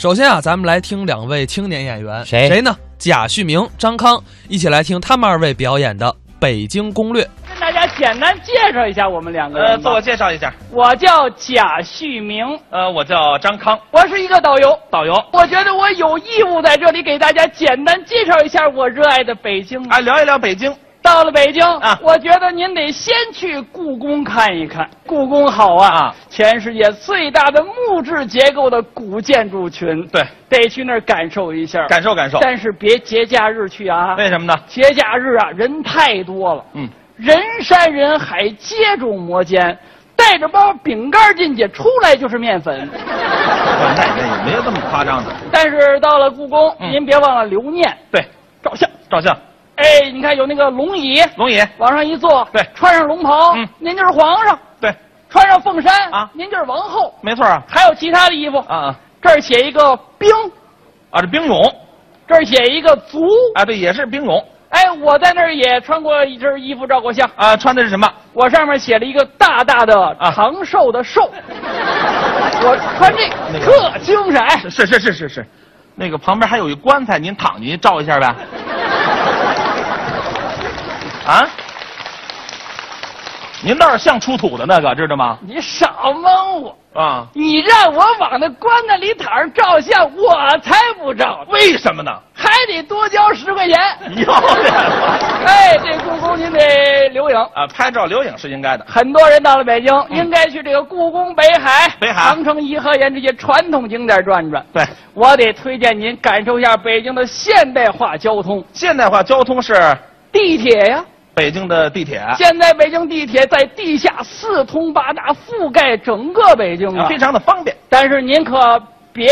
首先啊，咱们来听两位青年演员，谁谁呢？贾旭明、张康，一起来听他们二位表演的《北京攻略》。跟大家简单介绍一下我们两个呃，人自吧。我介绍一下，我叫贾旭明，呃，我叫张康，我是一个导游。导游。我觉得我有义务在这里给大家简单介绍一下我热爱的北京啊啊，。聊一聊北京。到了北京啊我觉得您得先去故宫看一看。故宫好啊，啊全世界最大的木质结构的古建筑群，对，得去那儿感受一下。感受感受。但是别节假日去啊，为什么呢？节假日啊人太多了，嗯，人山人海，接踵摩肩。带着包饼干进去，出来就是 面粉。那也没有这么夸张的。但是到了故宫，嗯您别忘了留念对，照相。照相，哎，你看有那个龙椅，龙椅。往上一坐，对穿上龙袍，嗯您就是皇上；对，穿上凤衫啊您就是王后。没错啊。还有其他的衣服，啊啊这儿写一个兵，啊！这兵俑这儿写一个卒。啊，对，也是兵俑哎，我在那儿也穿过一身衣服照过相，啊。穿的是什么？我上面写了一个大大的啊长寿 的寿。我穿这那个特精神，哎是是是是是，那个旁边还有一棺材，您躺进去照一下呗。啊？您倒是像出土的那个，知道吗？你少蒙我。啊？你让我往那棺材里躺着照相，我才不照呢，为什么呢？还得多交十 块钱。要脸了 哎，这故宫您得留影。啊！拍照留影是应该的。很多人到了北京，应该去这个故宫北海、嗯北海长城、颐和园这些传统景点转转。对，我得推荐您感受一下北京的现代化交通，现代化交通是地铁呀。北京的地铁，现在北京地铁在地下四通八达，覆盖整个北京啊非。常的方便。但是您可别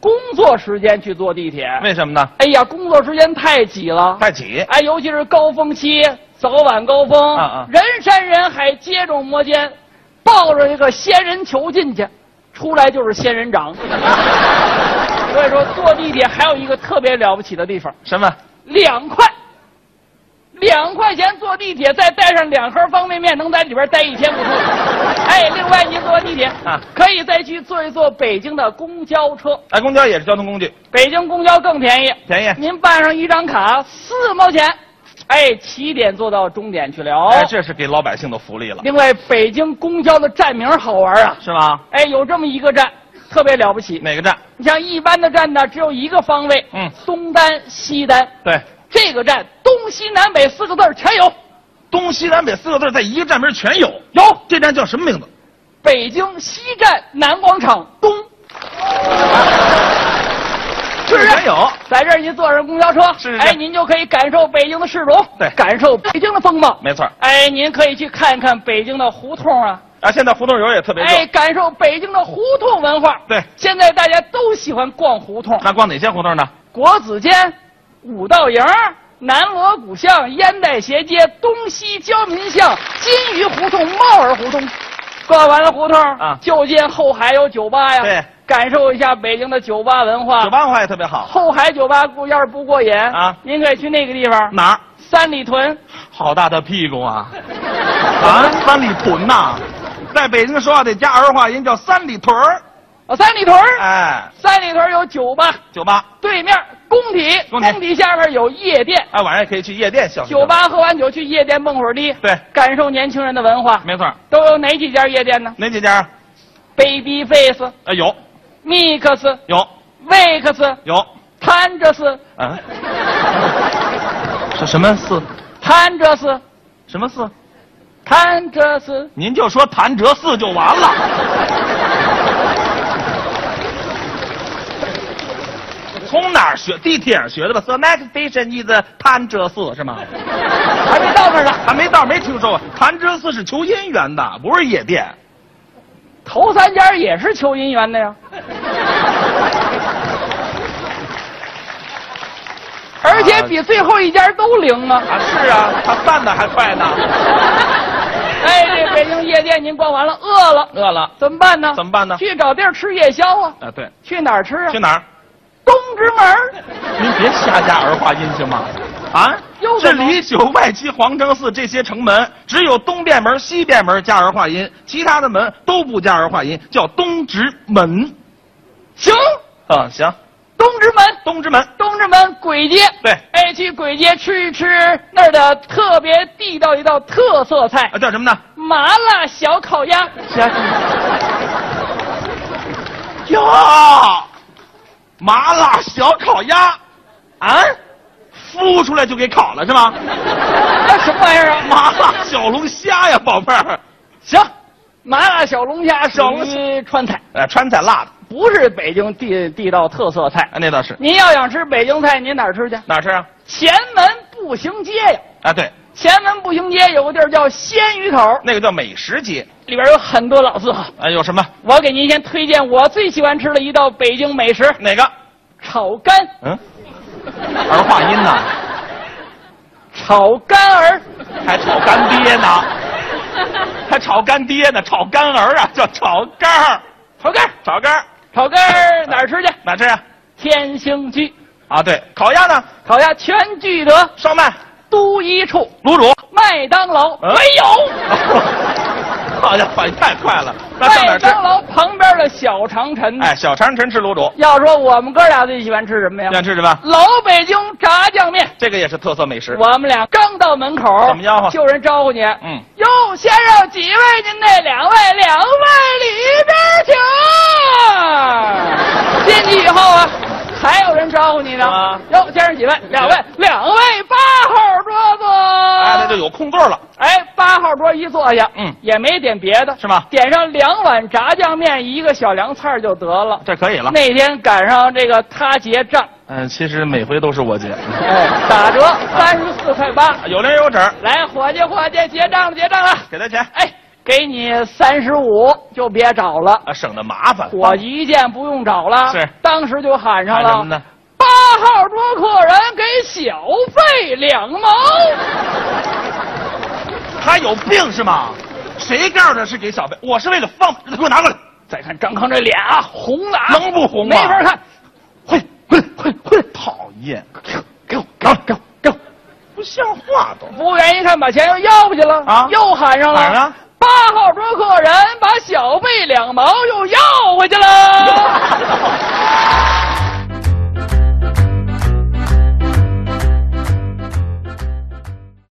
工作时间去坐地铁，为什么呢？哎呀，工作时间太挤了。太挤，哎，尤其是高峰期，早晚高峰，啊啊人山人海，接踵摩肩，抱着一个仙人球进去，出来就是仙 人掌。所以说，坐地铁还有一个特别了不起的地方，什么？两块，两块钱坐地铁，再带上两盒方便面，能在里边待一天 不错。哎，另外您坐地铁啊可以再去坐一坐北京的公交车，哎，公交也是交通工具，北京公交更便宜，便宜。您办上一张卡，四毛钱，哎，起点坐到终点去了。哎，这是给老百姓的福利了，另外，北京公交的站名好玩啊，是吗？哎，有这么一个站，特别了不起。哪个站？你像一般的站呢，只有一个方位，嗯东单、西单。对，这个站东西南北四个字儿全有，东西南北四个字在一个站名全有。有这站叫什么名字？北京西站南广场东。 这是全有。在这儿您坐上公交车，是是是哎，您就可以感受北京的市容，对感受北京的风貌。没错儿哎，您可以去看看北京的胡同啊，啊，现在胡同游也特别哎，热。感受北京的胡同文化。对现在大家都喜欢逛胡同，那逛哪些胡同呢？国子监、五道营、南锣鼓巷、烟袋斜街、东西交民巷、金鱼胡同、帽儿胡同。逛完了胡同啊就近后海有酒吧呀，对，感受一下北京的酒吧文化。酒吧文化也特别好。后海酒吧不要是不过瘾啊您可以去那个地方，哪儿？三里屯。好大的屁股啊！啊，三里屯呐、在北京说话得加儿化音，叫三里屯儿。哦，三里屯儿哎，三里屯儿有酒吧，酒吧，对面工体，工体下面有夜店。哎，晚上也可以去夜店消费。酒，吧喝完酒去夜店蹦会儿的，对感受年轻人的文化。没错儿。都有哪几家夜店呢哪几家？ ？Baby Face、哎，有 Mix、有 Wex、有。 Tandres、 啊？是什么寺？ Tandres、什么寺？ Tandres。您就说潭柘寺就完了。 从哪儿学？地铁上学的吧？So next station is 潭柘寺是吗？还没到那儿呢，还没到，没听说过。潭柘寺是求姻缘的，不是夜店。头三家也是求姻 缘的呀。而且比最后一家都灵啊！啊，是啊，他散的还快呢。哎，这北京夜店您逛完了，饿了饿了怎么办呢？怎么办呢？啊去找地儿吃夜宵啊！啊，对，去哪儿吃啊？去哪儿？东直门儿。您别瞎加儿化音行吗？啊又，这怎么里九外七皇城寺这些城门，只有东便门、西便门加儿化音，其他的门都不加儿化音，叫东直门。行，啊，行，东直门，东直门，东直门簋街，对哎，去簋街吃一吃那儿的特别地道一道特色菜啊，叫什么呢？ ——麻辣小烤鸭。哟，麻辣小烤鸭，啊，孵出来就给烤了是吗？那什么玩意儿啊？麻辣小龙虾呀，宝贝儿，行，麻辣小龙虾小属龙于川菜，哎，川菜辣的，不是北京地地道特色菜。哎，那倒是。您要想吃北京菜，您哪儿吃去？哪儿吃啊？前门步行街呀，啊，对，前门步行街有个地儿叫鲜鱼口，那个叫美食街。里边有很多老字号。啊，有什么？我给您先推荐我最喜欢吃的一道北京美食哪个？ ——炒肝。嗯，儿化音呢，炒干儿，还炒干爹呢，还炒干爹呢，炒干儿啊，叫炒干儿，炒肝儿，炒干儿炒肝儿哪儿吃去？哪儿吃啊？天兴居啊，对，烤鸭呢？烤鸭全聚德烧麦、都一处，卤煮。麦当劳嗯没有， 好家伙，哎反应太快了。那上哪麦儿吃？当劳旁边的小长城。哎，小长城吃卤煮。要说我们哥俩最喜欢吃什么呀你？想吃什么？老北京炸酱面。这个也是特色美食。我们俩刚到门口，怎么吆喝就有人招呼你。嗯，哟，先生，几位？您那两位，两位里边请。进去以后啊，还有人招呼你呢啊。哟、先生几位？两位，两位八号桌子。哎，那就有空座了，哎，八号桌一坐下，嗯也没点别的，是吗？点上两碗炸酱面，一个小凉菜就得了。这可以了。那天赶上这个他结账，嗯，其实每回都是我结，哎，打折三十四块八。 有零有整，来，伙计，伙计，结账了，结账了。给他钱哎，给你三十五，就别找了。啊，省得麻烦。伙计一见不用找了，是当时就喊上看什么了呢？八号桌客人给小费两毛。他有病是吗？谁告诉他是给小费？我是为了方便，给我拿过来。再看张康这脸啊，红了啊，能不红吗没法看。回来，回来，回来，回来！讨厌，给我，给我，给我，给我！不像话 都。服务员一看，把钱又要回去了啊又喊上哪儿了啊。八号桌客人把小费两毛又要